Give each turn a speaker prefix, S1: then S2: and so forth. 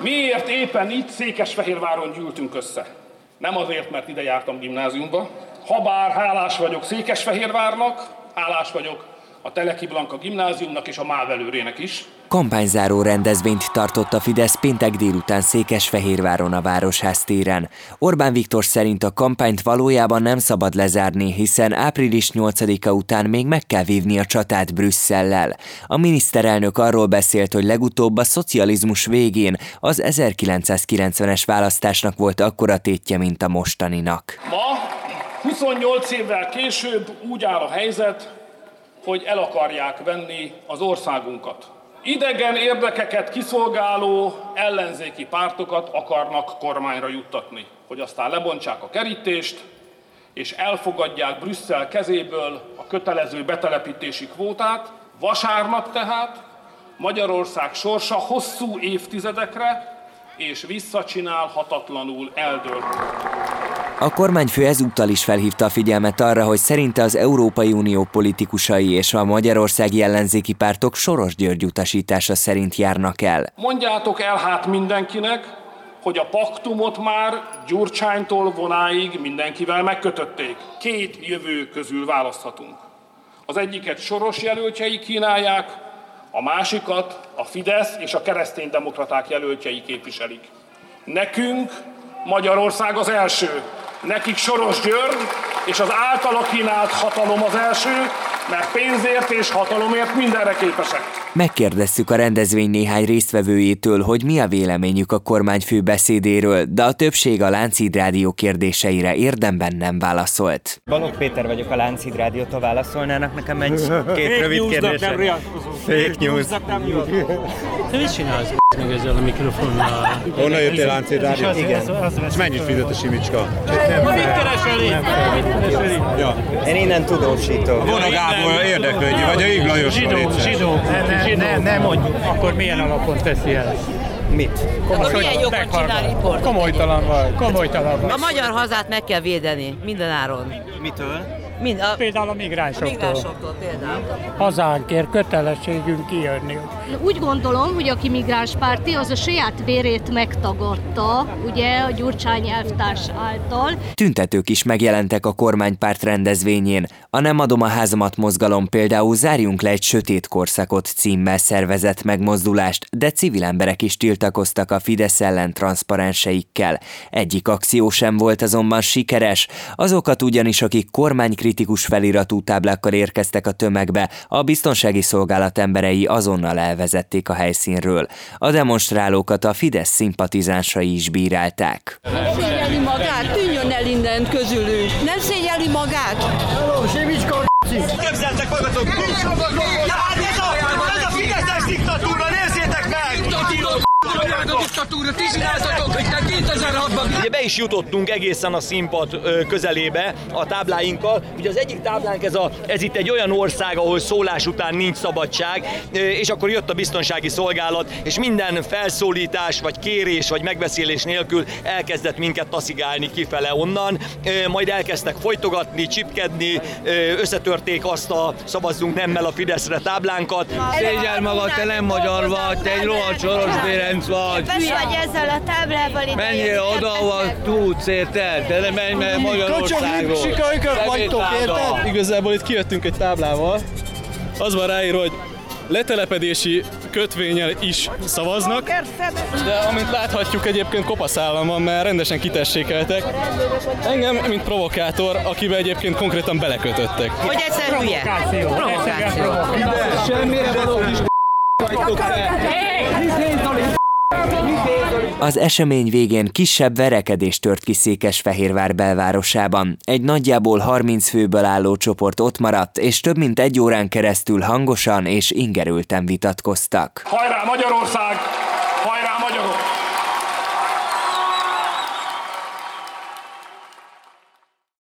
S1: Miért éppen itt Székesfehérváron gyűltünk össze? Nem azért, mert ide jártam gimnáziumba. Habár hálás vagyok Székesfehérvárnak, hálás vagyok a Teleki Blanka gimnáziumnak és a Mávelőrének is.
S2: Kampányzáró rendezvényt tartott a Fidesz péntek délután Székesfehérváron a Városház téren. Orbán Viktor szerint a kampányt valójában nem szabad lezárni, hiszen április 8-a után még meg kell vívni a csatát Brüsszellel. A miniszterelnök arról beszélt, hogy legutóbb a szocializmus végén az 1990-es választásnak volt akkora tétje, mint a mostaninak.
S1: Ma, 28 évvel később úgy áll a helyzet, hogy el akarják venni az országunkat. Idegen érdekeket kiszolgáló ellenzéki pártokat akarnak kormányra juttatni, hogy aztán lebontsák a kerítést, és elfogadják Brüsszel kezéből a kötelező betelepítési kvótát. Vasárnap tehát Magyarország sorsa hosszú évtizedekre és visszacsinálhatatlanul eldőlt.
S2: A kormányfő ezúttal is felhívta a figyelmet arra, hogy szerinte az Európai Unió politikusai és a magyarországi ellenzéki pártok Soros György utasítása szerint járnak el.
S1: Mondjátok el hát mindenkinek, hogy a paktumot már Gyurcsánytól vonáig mindenkivel megkötötték. Két jövő közül választhatunk. Az egyiket Soros jelöltjei kínálják, a másikat a Fidesz és a kereszténydemokraták jelöltjei képviselik. Nekünk Magyarország az első nekik Soros György, és az általa kínált hatalom az első, mert pénzért és hatalomért mindenre képesek.
S2: Megkérdeztük a rendezvény néhány résztvevőjétől, hogy mi a véleményük a kormányfő beszédéről, de a többség a Lánchíd Rádió kérdéseire érdemben nem válaszolt.
S3: Balogh Péter vagyok a Lánchíd Rádiótól, válaszolnának nekem egy két rövid kérdésre?
S4: Nem Fake
S3: news.
S4: Nem Te
S5: mit csinálsz meg ezzel a mikrofonnal?
S4: Honnan jöttél Lánchíd Rádió?
S3: Igen.
S4: És mennyit fizet a Simicska?
S5: Ma mit keresel
S3: itt? Én innen tudósítok.
S4: Vona Gábor érdeklődni, vagy a Iglajosról
S5: Zsidó, zsidó. Ne, ne, mondjuk. Akkor milyen alapon teszi ezt?
S3: Mit?
S6: Akkor milyen jogon csinál riportot?
S5: Hát Komolytalan vagy, komolytalan vagy.
S6: A magyar hazát meg kell védeni, minden áron.
S3: Mitől?
S6: Mind a...
S5: Például a migránsoktól.
S6: A migránsoktól például.
S5: Hazánkért kötelességünk kijönni.
S7: Úgy gondolom, hogy aki migránspárti, az a saját vérét megtagadta, ugye, a Gyurcsány elvtárs által.
S2: Tüntetők is megjelentek a kormánypárt rendezvényén. A Nem adom a házamat mozgalom például Zárjunk le egy sötét korszakot címmel szervezett megmozdulást, de civil emberek is tiltakoztak a Fidesz ellen transzparenseikkel. Egyik akció sem volt azonban sikeres. Azokat ugyanis, akik kormánykritikát kritikus feliratú táblákkal érkeztek a tömegbe, a biztonsági szolgálat emberei azonnal elvezették a helyszínről. A demonstrálókat a Fidesz szimpatizánsai is bírálták.
S8: Nem szégyeli magát, tűnjön el innen közülünk. Nem szégyeli magát.
S9: Hello, Simicska,
S10: Képzeltek magatok! Nincs magatok! Ja, hát ez a, ez a Fideszes diktatúra, nézzétek meg! Diktatúra! diktatúra, ti csináltatok, hogy 2006-ban...
S11: Ugye be is jutottunk egészen a színpad közelébe a tábláinkkal. Ugye az egyik táblánk ez, a, ez itt egy olyan ország, ahol szólás után nincs szabadság, és akkor jött a biztonsági szolgálat, és minden felszólítás, vagy kérés, vagy megbeszélés nélkül elkezdett minket taszigálni kifele onnan, majd elkezdtek folytogatni, csipkedni, összetörték azt a szavazzunk nemmel a Fideszre táblánkat.
S12: Szégyel magad, te nem magyar vagy, te egy rohadt soros bérenc pénz vagy.
S13: Képes vagy ezzel a táblával hát itt.
S12: Menjél oda, ahol tudsz, érted? De ne menj meg Magyarországról.
S14: Kacsonyok, vagytok, érted?
S15: Igazából itt kijöttünk egy táblával. Az van ráírva, hogy letelepedési kötvényel is szavaznak. De amint láthatjuk egyébként kopasz állam van, mert rendesen kitessékeltek. Engem, mint provokátor, akibe egyébként konkrétan belekötöttek.
S6: Hogy egyszer hülye? Provokáció. Provokáció.
S14: Provokáció. Semmire való is vagytok
S2: az esemény végén kisebb verekedés tört ki Székesfehérvár belvárosában. Egy nagyjából 30 főből álló csoport ott maradt, és több mint egy órán keresztül hangosan és ingerülten vitatkoztak.
S1: Hajrá Magyarország! Hajrá magyarok!